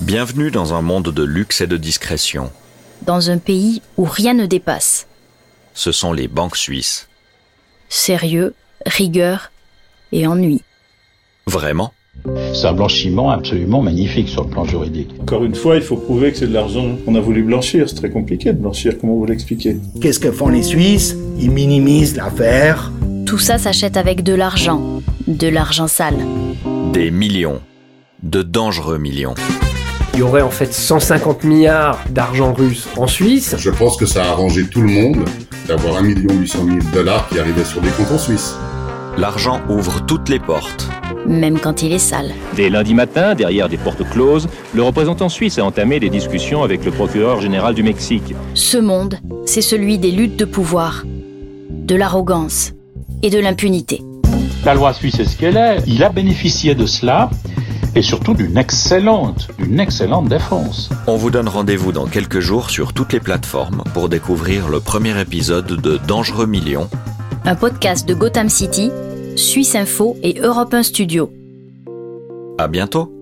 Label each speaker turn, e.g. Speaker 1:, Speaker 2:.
Speaker 1: Bienvenue dans un monde de luxe et de discrétion.
Speaker 2: dans un pays où rien ne dépasse.
Speaker 1: Ce sont les banques suisses.
Speaker 2: Sérieux, rigueur et ennui.
Speaker 1: Vraiment
Speaker 3: C'est un blanchiment absolument magnifique sur le plan juridique.
Speaker 4: Encore une fois, il faut prouver que c'est de l'argent qu'on a voulu blanchir. C'est très compliqué de blanchir, comment vous l'expliquez
Speaker 5: Qu'est-ce que font les Suisses Ils minimisent l'affaire.
Speaker 2: Tout ça s'achète avec de l'argent, de l'argent sale.
Speaker 1: Des millions. De dangereux millions.
Speaker 6: Il y aurait en fait 150 milliards d'argent russe en Suisse.
Speaker 7: Je pense que ça a arrangé tout le monde d'avoir 1 800 000 dollars qui arrivaient sur des comptes en Suisse.
Speaker 1: L'argent ouvre toutes les portes.
Speaker 2: Même quand il est sale.
Speaker 8: Dès lundi matin, derrière des portes closes, le représentant suisse a entamé des discussions avec le procureur général du Mexique.
Speaker 2: Ce monde, c'est celui des luttes de pouvoir, de l'arrogance et de l'impunité.
Speaker 3: La loi suisse est ce qu'elle est. Il a bénéficié de cela et surtout d'une excellente, d'une excellente défense.
Speaker 1: On vous donne rendez-vous dans quelques jours sur toutes les plateformes pour découvrir le premier épisode de Dangereux millions.
Speaker 2: Un podcast de Gotham City, Suisse Info et Europe 1 Studio.
Speaker 1: À bientôt